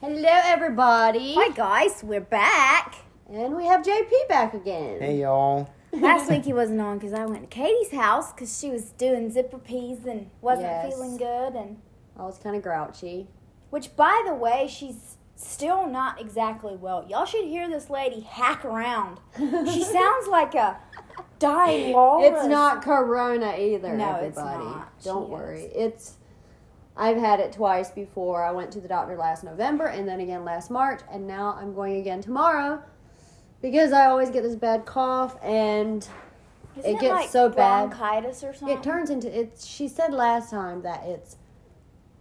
Hello, everybody. Hi guys, we're back. And we have JP back again. Hey y'all. Last week he wasn't on because I went to Katie's house because she was doing zipper peas and wasn't Yes. feeling good. And I was kind of Oh, grouchy. which, by the way, she's still not exactly well. Y'all should hear this lady hack around. She sounds like a dying walrus. It's not Corona either, No, everybody. it's not. Don't She worry. is. It's I've had it twice before. I went to the doctor last November and then again last March, and now I'm going again tomorrow because I always get this bad cough and Isn't it gets so bad. Bronchitis or something. It turns into it's. She said last time that it's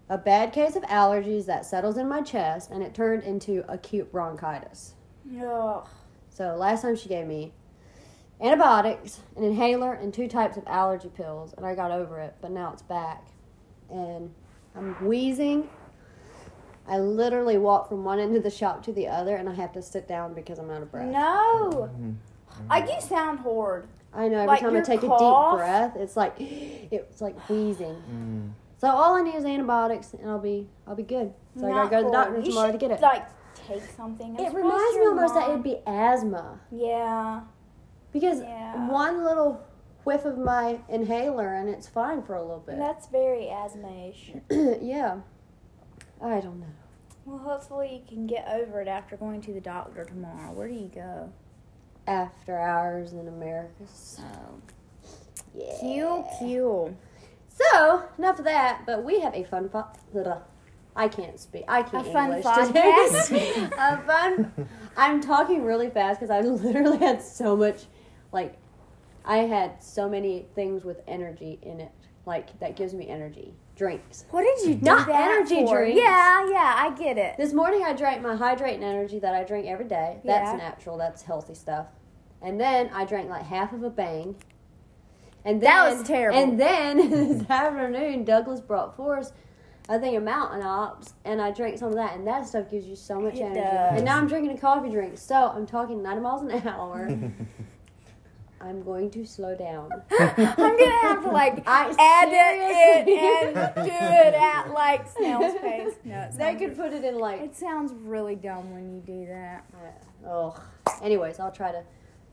a bad case of allergies that settles in my chest, and it turned into acute bronchitis. Ugh. So last time she gave me antibiotics, an inhaler, and two types of allergy pills, and I got over it. But now it's back, and I'm wheezing. I literally walk from one end of the shop to the other, and I have to sit down because I'm out of breath. No. Mm-hmm. I do sound horrid. I know every Like time I your take a cough? deep breath, it's like it's like wheezing. So all I need is antibiotics, and I'll be I'll be good. So I gotta Not go to the doctor horrid. You tomorrow to should, get it. Like take something. I'm it surprised reminds me your almost that mom- it'd be asthma Yeah. because Yeah. one little whiff of my inhaler and it's fine for a little bit. That's very asthma-ish. yeah, I don't know. Well, hopefully you can get over it after going to the doctor tomorrow. Where do you go? After hours in America's. Yeah. Q Q. So enough of that, but we have a fun fo- little. I can't speak. I can't A fun English podcast? today. a fun. I'm talking really fast because I literally had so much, like, I had so many things with energy in it, like that gives me energy. Drinks. What did you do Not that energy for? drinks. Yeah, yeah, I get it. This morning I drank my hydrate and energy that I drink every day. That's Yeah. natural. That's healthy stuff. And then I drank like half of a bang. And then, That was terrible. And then this afternoon, Douglas brought forth, I think, a Mountain Ops, and I drank some of that. And that stuff gives you so much It energy. does. And now I'm drinking a coffee drink, so I'm talking 90 miles an hour. I'm going to slow down. I'm gonna have to like I edit seriously- it and do it at like snail's pace. No, it They sounds, could put it in like it sounds really dumb when you do that. Oh, anyways, I'll try to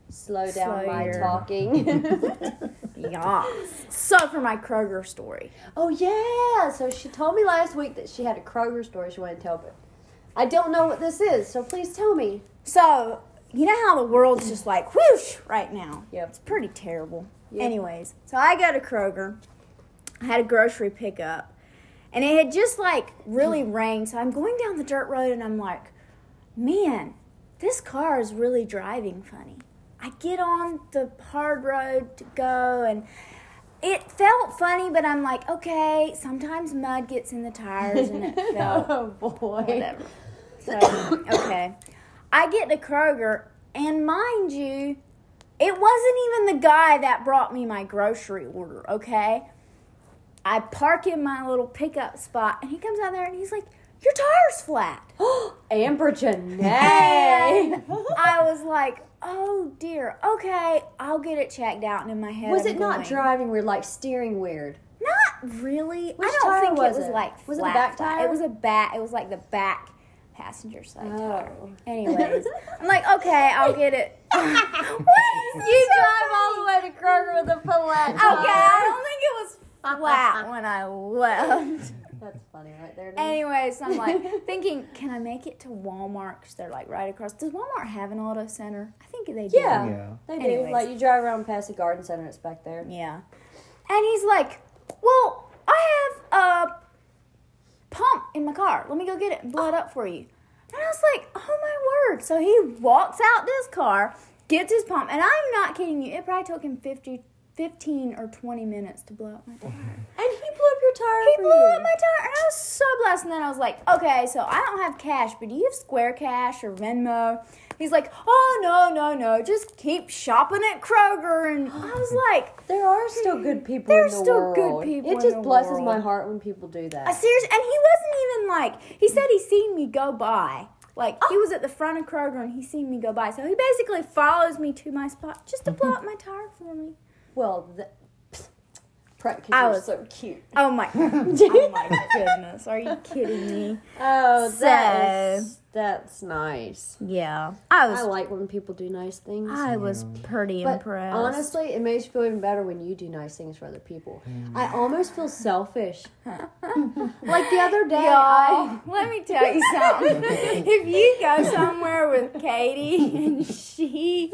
slow down Slow my your- talking. Yeah. So for my Kroger story, oh yeah, so she told me last week that she had a Kroger story she wanted to tell, but I don't know what this is, so please tell me. So, you know how the world's just like whoosh right now? Yep. It's pretty terrible. Yep. Anyways, so I go to Kroger. I had a grocery pickup. And it had just like really rained. So I'm going down the dirt road and I'm like, man, this car is really driving funny. I get on the hard road to go and it felt funny, but I'm like, okay, sometimes mud gets in the tires and it felt Oh boy. whatever. So, okay. I get to Kroger, and mind you, it wasn't even the guy that brought me my grocery order, okay? I park in my little pickup spot, and he comes out there and he's like, Your tire's flat. Amber Janae. And I was like, Oh dear, okay, I'll get it checked out. And in my head, Was I'm it not going, driving weird, like steering weird? Not really. Which I don't tire think was it was it? like flat, Was it the back flat. tire? It was a back. It was like the back passenger side tire. Oh. Anyways, I'm like, okay, I'll get it. you drive all the way. way to Kroger with a flat Okay, I don't think it was flat when I left. That's funny right there. Anyways, I'm like thinking, can I make it to Walmart? Cause they're like right across. Does Walmart have an auto center? I think they do. yeah, Yeah. they do. Anyways. Like you drive around past the garden center, it's back there. Yeah. And he's like, Well, I have a pump in my car. Let me go get it and blow it up for you. And I was like, Oh my word. So he walks out this car, gets his pump, and I'm not kidding you, it probably took him 50, 15 or 20 minutes to blow up my tire. And he blew up your tire. He for blew you. up my tire, and I was so blessed. And then I was like, okay, so I don't have cash, but do you have Square Cash or Venmo? He's like, oh, no, no, no, just keep shopping at Kroger. And I was like, There are still good people There's in the still world. good people It in just the blesses world. my heart when people do I that. serious, and he wasn't even like he said he seen me go by. Like Oh. he was at the front of Kroger and he seen me go by, so he basically follows me to my spot just to blow up my tire for me. Well, th- prep because I you're was- so cute. Oh my, oh my goodness! Are you kidding me? Oh, that So- is, that's nice. Yeah, I I was, like when people do nice things. I was pretty but impressed. honestly, it makes you feel even better when you do nice things for other people. I almost feel selfish. like the other day, I Y'all, let me tell you something. if you go somewhere with Katie and she,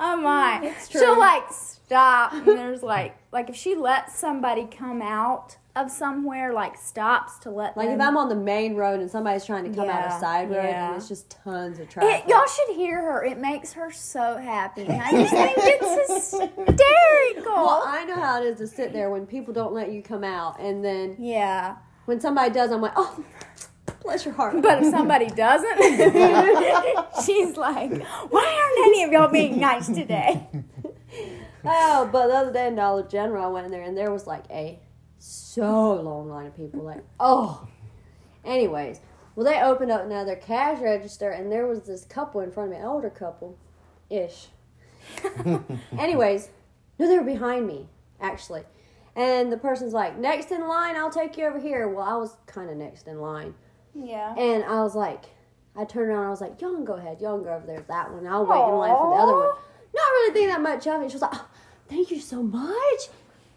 oh my, true. she'll like stop. And there's like, like if she lets somebody come out of somewhere, like stops to let like them. if I'm on the main road and somebody's trying to come out Yeah, of side road, yeah. and it's just tons of It- traffic. y'all should hear her. It makes her so happy. And I just think it's hysterical. well, I know how it is to sit there when people don't let you come out, and then yeah. when somebody does, I'm like, oh, bless your heart. But if somebody doesn't, she's like, why aren't any of y'all being nice today? Oh, but the other day in Dollar General, I went in there and there was like a so long line of people. Like, oh. Anyways, well, they opened up another cash register and there was this couple in front of me, an older couple ish. Anyways, no, they were behind me, actually. And the person's like, next in line, I'll take you over here. Well, I was kind of next in line. Yeah. And I was like, I turned around and I was like, y'all can go ahead. Y'all can go over there. with That one. I'll wait in line for the other one. Aw. Not really thinking that much of it. She was like, oh, thank you so much.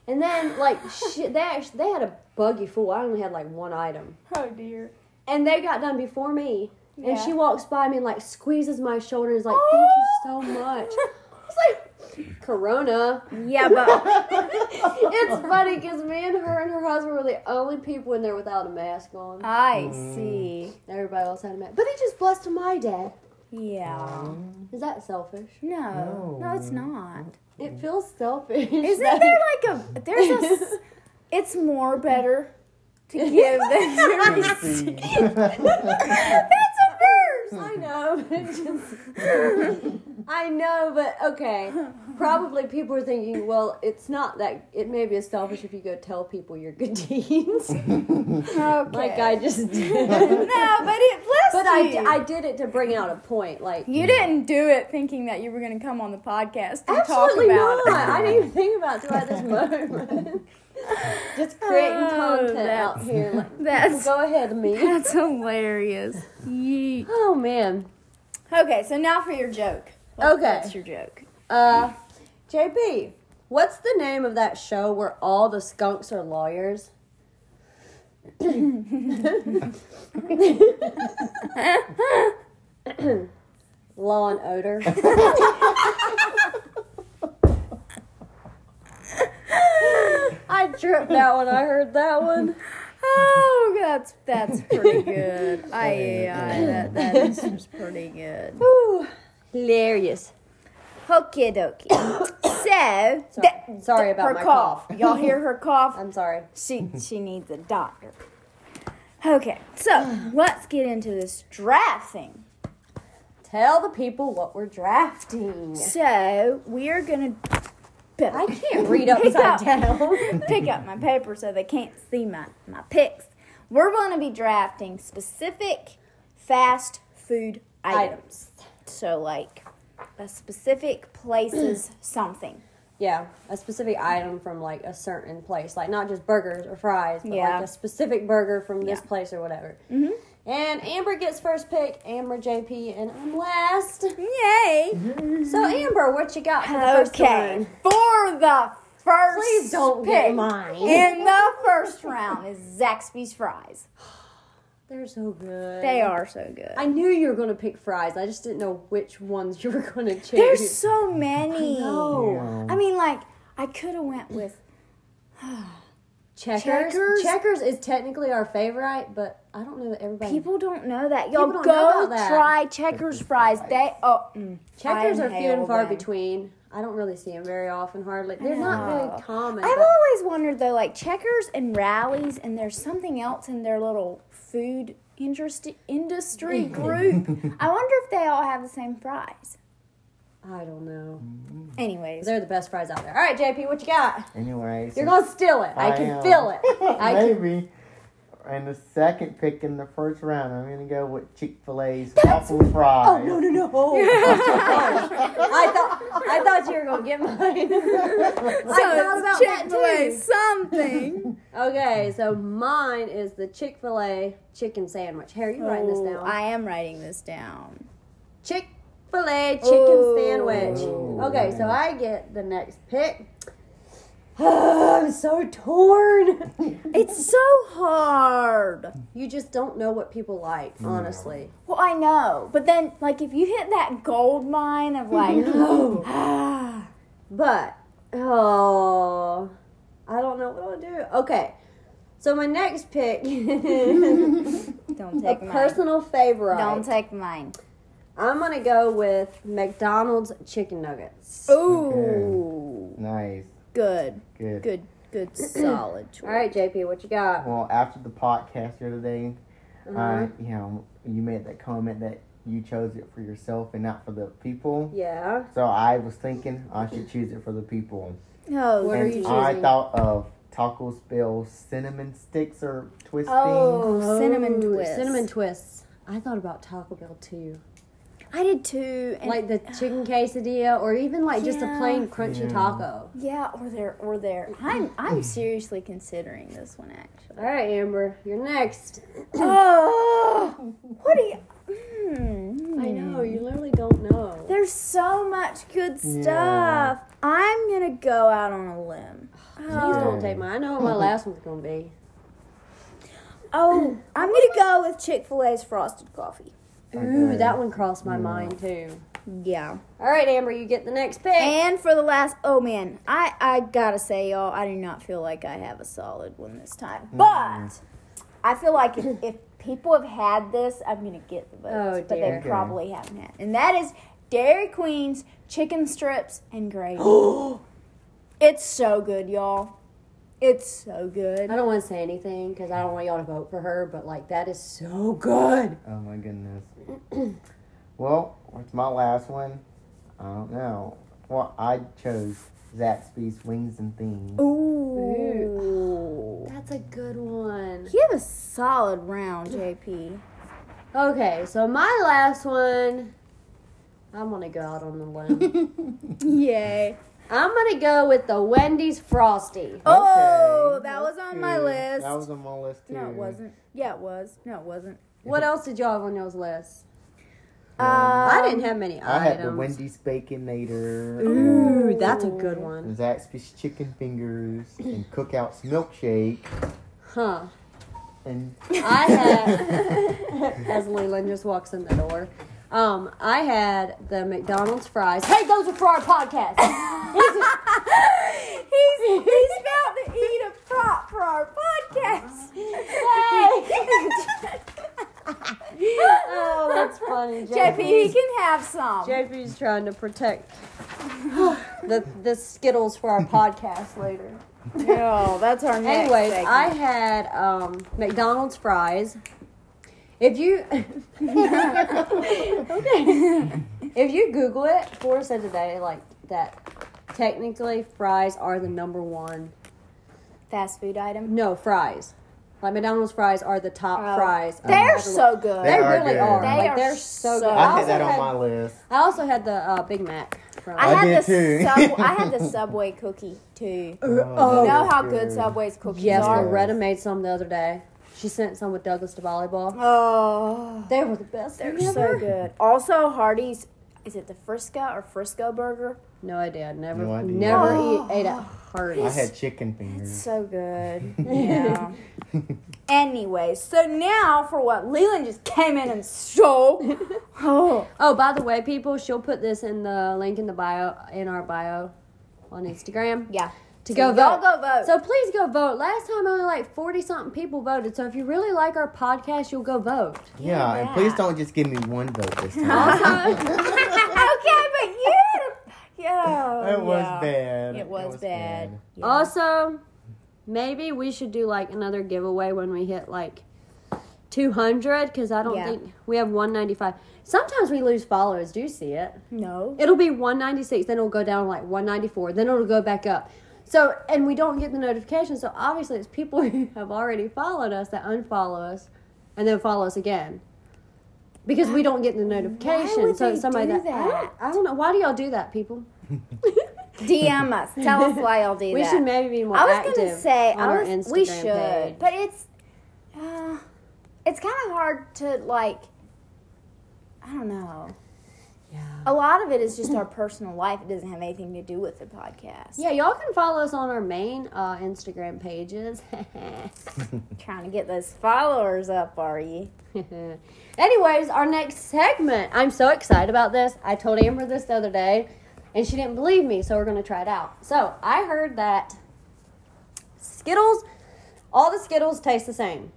And then, like, shit, they, actually, they had a buggy full. I only had, like, one item. Oh dear. And they got done before me. Yeah. And she walks by me and, like, squeezes my shoulder and is like, thank you so much. I was like, Corona. Yeah, but it's funny because me and her and her husband were the only people in there without a mask on. I Mm. see. Everybody else had a mask. But they just blessed my dad. Yeah. Is that selfish? No. No, it's not. It feels selfish. Isn't there like a there's a s- it's more better to give than to receive. That's a verse. I know. but it's just- I know, but okay. Probably people are thinking, well, it's not that. It may be selfish if you go tell people your good deeds, Okay. like I just did. no, but it blessed But I, you. I did it to bring out a point. Like you didn't do it thinking that you were going to come on the podcast and absolutely talk not. about I didn't even think about it throughout this moment. just creating Oh, content out that's- here. Like, it. That's go ahead, me. that's hilarious. Yeet. Oh man. Okay, so now for your joke. Okay. What's your joke? Uh, JP, what's the name of that show where all the skunks are lawyers? Law and odor. I tripped out when I heard that one. Oh, that's that's pretty good. I, I that, that is just pretty good. Whew. Hilarious. Okie dokie. So Sorry, sorry about her my cough. cough. Y'all hear her cough? I'm sorry. She she needs a doctor. Okay, so let's get into this draft thing. Tell the people what we're drafting. So we're gonna I can't read upside down. pick up my paper so they can't see my, my picks. We're going to be drafting specific fast food items. So, like a specific place's something. Yeah, a specific item from like a certain place, like not just burgers or fries, but Yeah. like a specific burger from this Yeah. place or whatever. Mm-hmm. And Amber gets first pick, Amber JP, and I'm last. Yay! So Amber, what you got for Mm-hmm. the first Mm-hmm. Okay, one? for the first Please don't pick get mine. in the first round is Zaxby's fries. They're so good. They are so good. I knew you were gonna pick fries. I just didn't know which ones you were gonna choose. There's so many. no I mean, like I could have went with checkers. checkers. Checkers? is technically our favorite, but I don't know that everybody. People don't know that. Y'all People don't know go about that. try Checkers fries. They oh, mm, checkers I are few and inhale far them. between. I don't really see them very often, hardly. They're not very No. common. I've but- always wondered though, like Checkers and rallies, and there's something else in their little food interest industry group. I wonder if they all have the same fries. I don't know. Anyways, They're the best fries out there. All right, JP, what you got? Anyways, You're gonna steal it. I, I uh, can am. feel it. I can. maybe and the second pick in the first round, I'm gonna go with Chick Fil A's That's- waffle fries. Oh no no no! Oh, gosh. I thought I thought you were gonna get mine. I thought about that Chick-fil-A too. something. Okay, so mine is the Chick Fil A chicken sandwich. Here, you writing this Oh, down? I am writing this down. Chick Fil A chicken Ooh. sandwich. Ooh. Okay, so I get the next pick. I'm so torn. It's so hard. You just don't know what people like, honestly. Well, I know, but then like if you hit that gold mine of like, ah, But oh, I don't know what I'll do. Okay, so my next pick, is don't a take mine. personal favorite. Don't take mine. I'm gonna go with McDonald's chicken nuggets. Ooh, Nice, good, good. good, good, solid choice. All right, JP, what you got? Well, after the podcast the other day, uh, Uh-huh. you know, you made that comment that you chose it for yourself and not for the people. Yeah. So I was thinking I should choose it for the people. Oh, What are and you I choosing? thought of Taco Bell cinnamon sticks or twisting. Oh, cinnamon Oh, twist. Cinnamon twists. I thought about Taco Bell too, I did too. And uh, like the chicken quesadilla, or even like just a Yeah. plain crunchy Yeah. taco. yeah, or there, or there. I'm, I'm seriously considering this one actually. All right, Amber, you're next. oh, what are you? Hmm. I know you literally don't know. There's so much good stuff. Yeah. I'm gonna go out on a limb. Please Oh, don't take mine. I know what my last one's gonna be. oh, I'm gonna go with Chick Fil A's frosted coffee. Ooh, that one crossed my mind too. Yeah. All right, Amber, you get the next pick. And for the last, oh man, I I gotta say, y'all, I do not feel like I have a solid one this time. Mm-hmm. But I feel like if, if people have had this, I'm gonna get the votes, Oh, but dear. they Okay. probably haven't had. And that is Dairy Queen's chicken strips and gravy. it's so good, y'all. It's so good. I don't want to say anything because I don't want y'all to vote for her, but like that is so good. Oh my goodness. well, what's my last one? I don't know. Well, I chose Zaxby's Wings and Things. Ooh. That's a good one. You have a solid round, JP. Okay, so my last one, I'm gonna go out on the limb. Yay. I'm gonna go with the Wendy's Frosty. Oh, Okay, that was on good. my list. That was on my list too. No, it wasn't. Yeah, it was. No, it wasn't. What else did y'all have on y'all's list? Uh, I didn't have many Um, I items. had the Wendy's Baconator. Ooh, that's a good one. and Zaxby's chicken fingers and Cookout's milkshake Huh. and I had, as Leland just walks in the door, um, I had the McDonald's fries. Hey, those are for our podcast. he's, he's about to eat a prop for our podcast. oh, that's funny, JP, he JP. can have some. JP's trying to protect the the Skittles for our podcast later. No, that's our next Anyways, segment. I had um, McDonald's fries. If you Okay. if you Google it, Forrest said today like that. Technically, fries are the number one. fast food item. No, fries. Like McDonald's fries are the top Oh. fries. of They're everyone. so good. They They are really good. are. They like, are they're so, so good. good. I also had that on had- my list. I also had the uh, Big Mac from. I, I had did the too. sub- I had the Subway cookie too. oh. You that know was how good Subway's cookies yes, are. Yeah. Loretta made some the other day. She sent some with Douglas to volleyball. Oh, They were the best. they're thing ever. so good. Also, Hardee's. Is it the Frisco or Frisco burger? No idea. Never, No idea. never Oh. eat, ate at I Hardee's. had chicken fingers. So good. Yeah. anyway, so now for what Leland just came in and stole. oh, oh, by the way, people, she'll put this in the link in the bio in our bio on Instagram yeah. to So go y'all vote. go vote. So please go vote. Last time only like forty something people voted. So if you really like our podcast, you'll go vote. Yeah, and that. please don't just give me one vote this time. Also, okay, but you. Yeah. It was Oh, yeah. bad. It was, bad. Yeah. also, maybe we should do like another giveaway when we hit like two hundred because I don't Yeah. think we have one ninety five. Sometimes we lose followers. Do you see it? no. It'll be 196, then it'll go down like 194, then it'll go back up. So, and we don't get the notification. So obviously, it's people who have already followed us that unfollow us, and then follow us again. Because we don't get the notification, would so they it's somebody do that, I, don't, I don't know why do y'all do that, people? DM us. Tell us why y'all do We that. should maybe be more I was active gonna say on I our was, Instagram we should, page. but it's uh, it's kind of hard to like. I don't know. Yeah. A lot of it is just our personal life. It doesn't have anything to do with the podcast. Yeah, y'all can follow us on our main uh, Instagram pages. Trying to get those followers up, are you? Anyways, our next segment. I'm so excited about this. I told Amber this the other day, and she didn't believe me, so we're going to try it out. So I heard that Skittles, all the Skittles taste the same.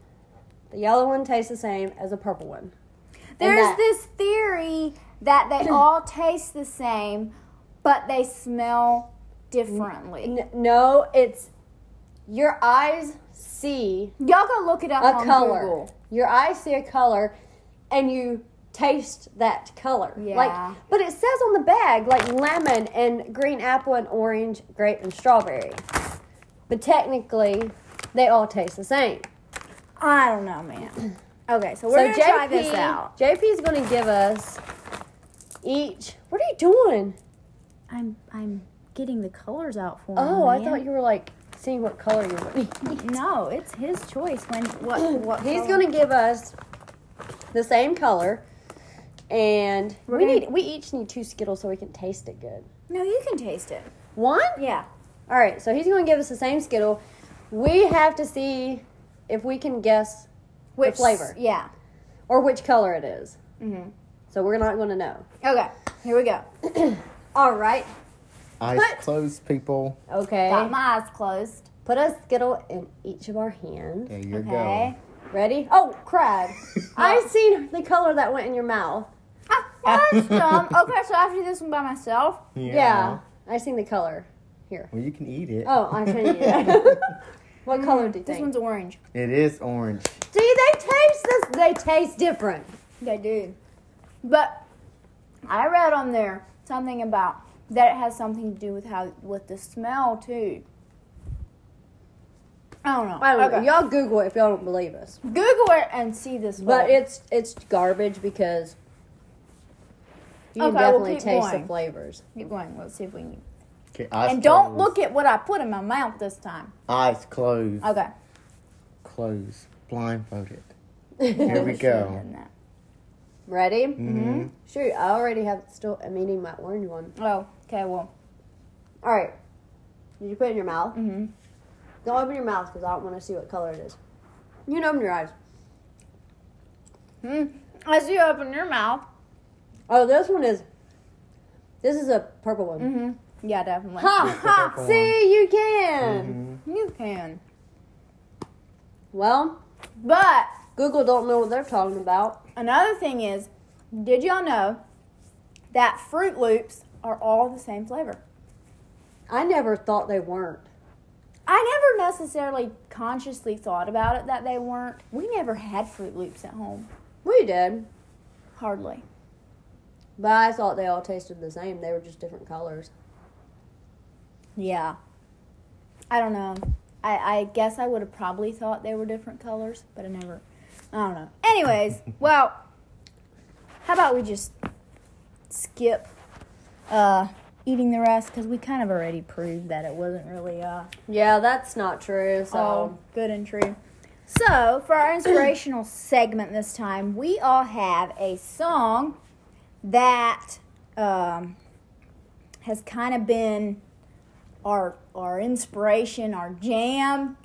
The yellow one tastes the same as the purple one. There's that- this theory that they all taste the same, but they smell differently. N- no, it's your eyes see Y'all go look it up a on color. Google. Your eyes see a color, and you taste that color. Yeah. Like, but it says on the bag like lemon and green apple and orange, grape and strawberry. But technically, they all taste the same. I don't know, man. Okay, so we're so gonna JP, try this out. JP is going to give us each. What are you doing? I'm I'm getting the colors out for him. Oh, I thought you were like seeing what color you were. No, it's his choice when what what He's color- gonna give us the same color, and We're we gonna- need we each need two Skittles so we can taste it good. No, you can taste it. One. Yeah. All right. So he's gonna give us the same Skittle. We have to see if we can guess Which flavor. Yeah. or which color it is. Mhm. So we're not gonna know. Okay. Here we go. All right. Eyes But- closed, people. Okay. Got my eyes closed. Put a Skittle in each of our hands. There you Okay. Ready? Oh, crud! I seen the color that went in your mouth. Ah, that's dumb. Okay, so I have to do this one by myself. go. Yeah. I seen the color. Here. Well, you can eat it. Oh, I can yeah. what color do you This think? one's orange. It is orange. See, they taste this. They taste different. They do. But I read on there something about that it has something to do with how with the smell too. I don't know. I don't Okay. know. Y'all Google it if y'all don't believe us. Google it and see this. But one. it's it's garbage because you can Okay, we'll definitely keep taste going. the flavors. keep going. Let's see if we can. Okay, eyes And don't closed. look at what I put in my mouth this time. Eyes closed. Okay. Closed. Blindfolded. Here we go. Ready? Mm-hmm. Shoot, I already have still. I'm eating my orange one. Oh, okay. Well, All right. Did you put it in your mouth? mm-hmm. Don't open your mouth because I don't want to see what color it is. You can open your eyes. mm as you open your mouth. Oh, this one is. This is a purple one. Mm-hmm. Yeah, definitely. Ha It's the ha! purple Mm-hmm. See, you can. You can. Well, But Google don't know what they're talking about. another thing is, did y'all know that Fruit Loops are all the same flavor? I never thought they weren't. I never necessarily consciously thought about it that they weren't. We never had Fruit Loops at home, We did, hardly. but I thought they all tasted the same. They were just different colors. Yeah. I don't know. I, I guess I would have probably thought they were different colors, but I never. I don't know. Anyways, well, how about we just skip uh, eating the rest because we kind of already proved that it wasn't really uh, Yeah, that's not true. So all good and true. So, for our inspirational segment this time, we all have a song that um, has kind of been our our inspiration, our jam.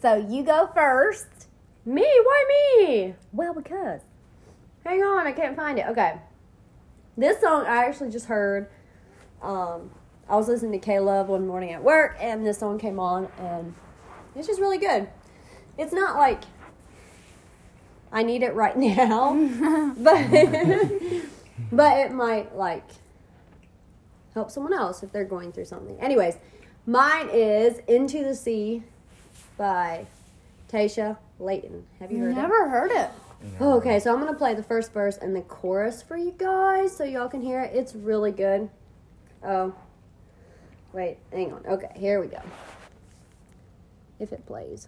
so you go first. me, why me? Well, because Hang on, I can't find it. Okay, this song I actually just heard. Um, I was listening to K Love one morning at work, and this song came on, and it's just really good. It's not like I need it right now. but but it might like help someone else if they're going through something. Anyways, mine is Into the Sea by Tasha Layton. Have you heard it? never heard it. Okay, so I'm gonna play the first verse and the chorus for you guys so y'all can hear it. It's really good. Oh. Wait, hang on. Okay, here we go. If it plays.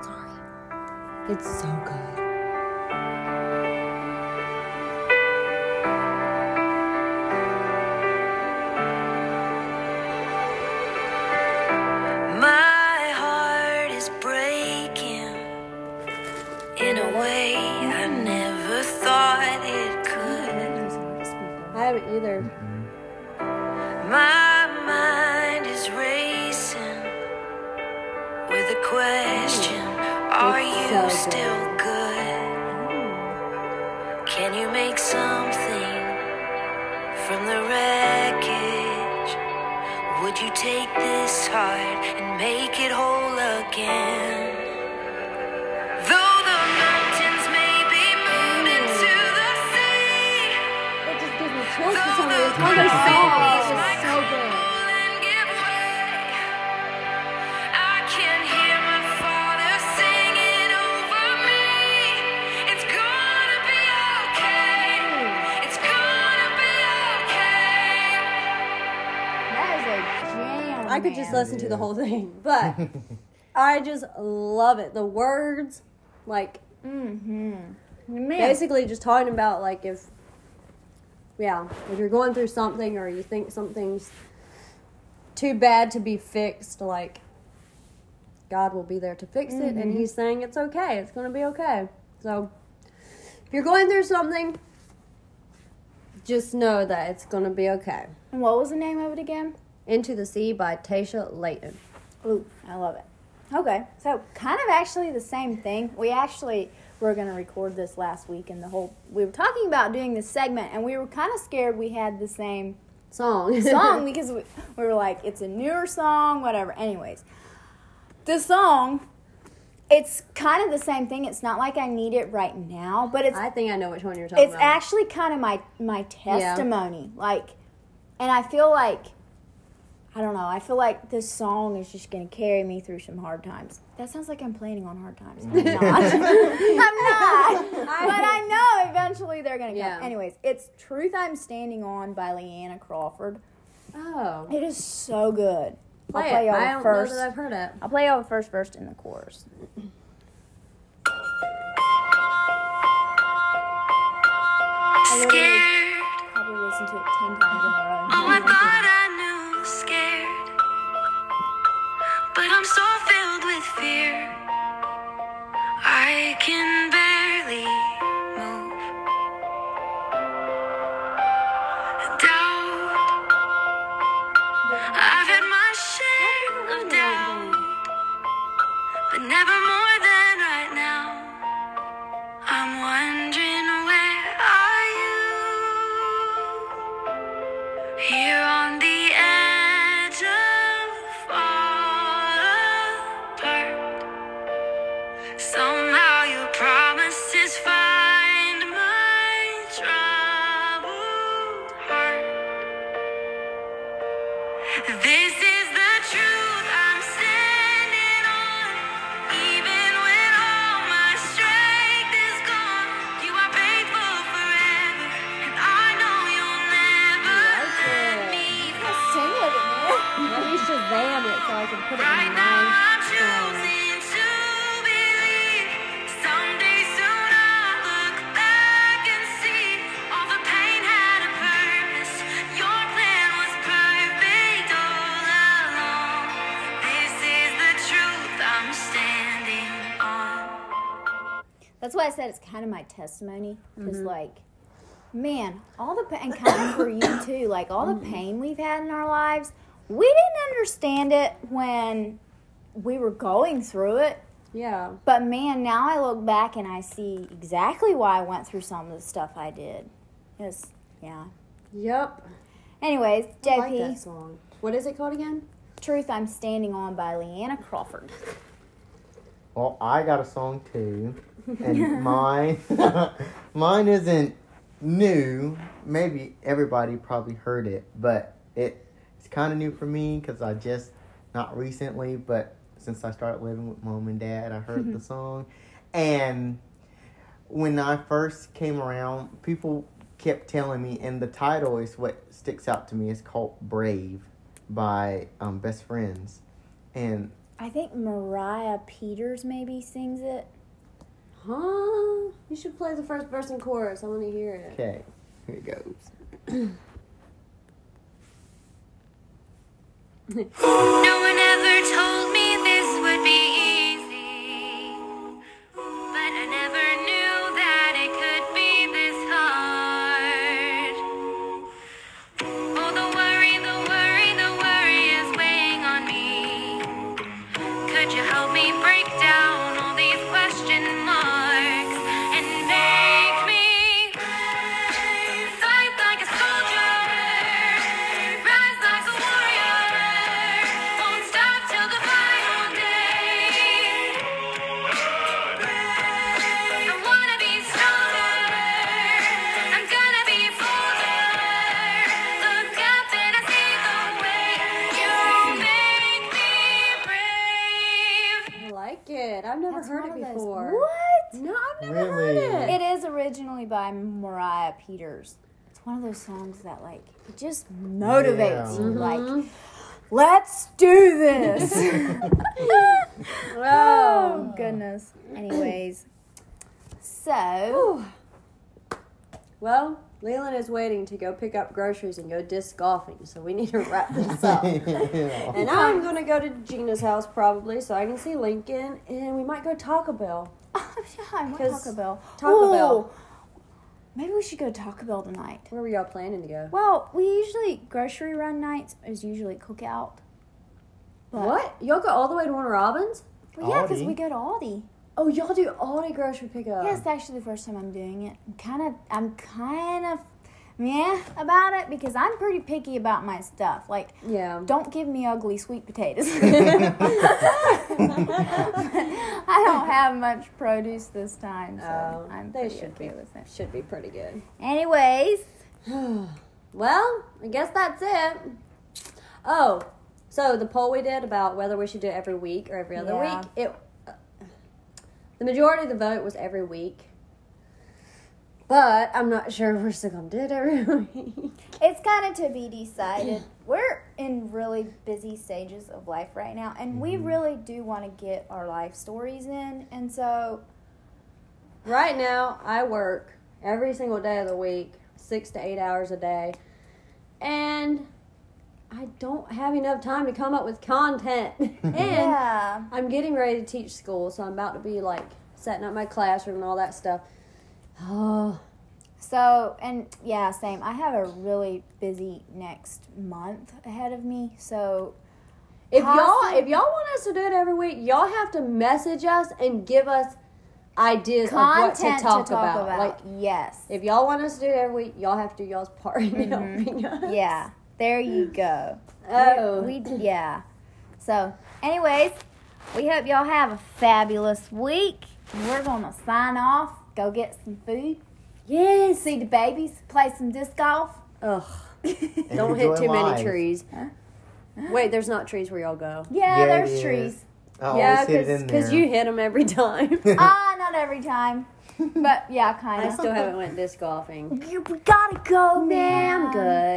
Sorry. It's so good. My heart is breaking in a way I never thought it could. I haven't either. My mind is racing with a question Are you so good. still good? Can you make something from the wreckage? Would you take this heart and make it whole again? Though the mountains may be moving to the sea. That just gives me chills for some reason. It's one of those songs that's just so good. That is a jam. I could man. just listen to the whole thing, but I just love it. The words, like, Mm-hmm. Man. basically just talking about like if yeah if you're going through something or you think something's too bad to be fixed like god will be there to fix it and he's saying it's okay it's going to be okay so if you're going through something just know that it's going to be okay And what was the name of it again? into the sea by tasha layton Ooh, I love it. Okay, so kind of actually the same thing. We actually were going to record this last week, and the whole we were talking about doing this segment, and we were kind of scared we had the same song song because we, we were like, it's a newer song, whatever. Anyways, the song, it's kind of the same thing. It's not like I need it right now, but it's i think i know which one you're talking it's about actually kind of my my testimony like and i feel like i don't know i feel like this song is just gonna carry me through some hard times that sounds like i'm planning on hard times i'm not i'm not but i know eventually they're gonna Yeah. come anyways it's truth i'm standing on by leanna crawford oh it is so good play i'll it. play y'all i the don't first know that i've heard it i'll play y'all the first verse in the chorus Scared, probably listen to it 10 times in a row oh, I thought I knew. Scared, but I'm so filled with fear. I can barely move. Doubt, I've had my share of doubt, but never more than right now. I'm wondering where are you? Here on the edge of all apart. Somehow your promises find my troubled heart. This is the truth I'm standing on. Even when all my strength is gone, you are faithful forever, and I know you'll never let me fall. sing with it man Maybe Shazam it so I can put it Right in now my I'm choosing to believe. Someday soon I'll look back and see all the pain had a purpose. Your plan was perfect all along. This is the truth I'm standing on. That's why I said it's kind of my testimony. Because, Mm-hmm. like, man, all the pain, and kind of for you too, like, all the Mm-hmm. pain we've had in our lives, we didn't understand it when we were going through it. Yeah. But, man, now I look back and I see exactly why I went through some of the stuff I did. It's, yeah. Yep. Anyways, I like JP, that song. What is it called again? Truth I'm Standing On by Leanna Crawford. Well, I got a song too, and mine, mine isn't new. Maybe everybody probably heard it, but it it's kind of new for me because I just not recently, but since I started living with mom and dad, I heard the song, and when I first came around, people kept telling me, and the title is what sticks out to me. It's called Brave. by um, Best Friends, and I think Mariah Peters maybe sings it. Huh? You should play the first verse and chorus. I want to hear it. okay, here it goes. No one ever told me this would be easy, but I never knew that it could be this hard. Oh, the worry, the worry, the worry is weighing on me. Could you help me break down all these question marks and make me fight like a soldier, rise like a warrior, won't stop till the final day? I wanna be stronger. I'm gonna be bolder. Look up and I see the way you make me I brave. like it. I've never That's heard one it of those- before. What? No, I've never heard Really? it. It is originally by Mariah Peters. It's one of those songs that like it just motivates Yeah. you. Like, let's do this. oh goodness. Anyways, so Whew. Well, Leland is waiting to go pick up groceries and go disc golfing, so we need to wrap this up. Yeah. and I'm gonna go to Gina's house probably, so I can see Lincoln, and we might go Taco Bell. oh yeah, I want 'Cause Taco Bell. Taco Ooh. Bell. Maybe we should go to Taco Bell tonight. Where were y'all planning to go? Well, we usually grocery run nights is usually cookout. But- What? Y'all go all the way to Warner Robins? Well, yeah, because Aldi. we go to Aldi. Oh, y'all do all day grocery pickup. Yeah, it's actually the first time I'm doing it. I'm kind of, I'm kind of, yeah, about it because I'm pretty picky about my stuff. Like, Yeah. don't give me ugly sweet potatoes. I don't have much produce this time, so Oh, I'm they pretty should okay be. with it. Should be pretty good. Anyways, Well, I guess that's it. Oh, so the poll we did about whether we should do it every week or every other Yeah. week, it uh, the majority of the vote was every week. But I'm not sure if we're still gonna do it every week. it's kind of to be decided. We're in really busy stages of life right now, and we really do want to get our life stories in, and so Right now, I work every single day of the week, six to eight hours a day, and I don't have enough time to come up with content. and yeah. I'm getting ready to teach school, so I'm about to be like setting up my classroom and all that stuff. Oh, So, and yeah, same. I have a really busy next month ahead of me. So, if Awesome. y'all if y'all want us to do it every week, y'all have to message us and give us ideas content of what to talk, about. Like yes. if y'all want us to do it every week, y'all have to do y'all's part in helping us. Mm-hmm. yeah. There you go. Oh, We, we- yeah. So, anyways, we hope y'all have a fabulous week. We're going to sign off, go get some food. Yes. See the babies, play some disc golf. Ugh. And Don't hit enjoy too life. many trees. Wait, there's not trees where y'all go. Yeah, Yeah, there's yeah. trees. Oh, I always yeah, hit it in there. because you hit them every time. ah, not every time. But yeah, kind I of. still haven't went disc golfing. You- We gotta go, man. Damn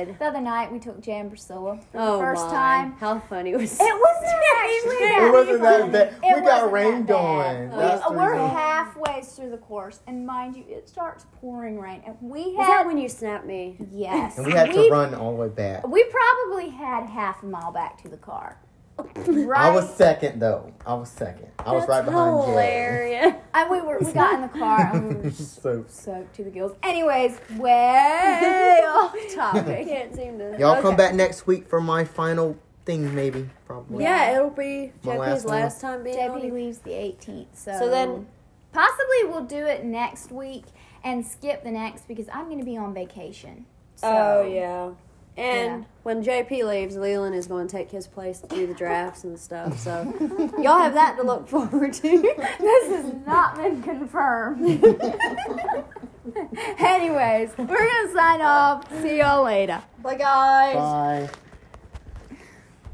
good. The other night we took Jan Priscilla for Oh, the first my. time. How funny was It wasn't actually that it wasn't that bad. It we got wasn't rained that on. bad. That's the We, are reason. halfway through the course, and mind you, it starts pouring rain. And we Is that had when you snapped me? yes, and we had we, to run all the way back. we probably had half a mile back to the car. Right, I was second though. I was second. I was right behind Jay. hilarious. and we were we got in the car and we were so soaked to the gills. Anyways, way off I topic. can't seem to. y'all Okay. come back next week for my final thing, maybe probably. Yeah, it'll be My JP's last one. last time being on JP here. leaves the 18th, so So then- possibly we'll do it next week and skip the next because I'm going to be on vacation. So, Oh yeah. And Yeah. when JP leaves, Leland is going to take his place to do the drafts and stuff. So y'all have that to look forward to. This has not been confirmed. Anyways, we're going to sign off. See y'all later. Bye guys. Bye.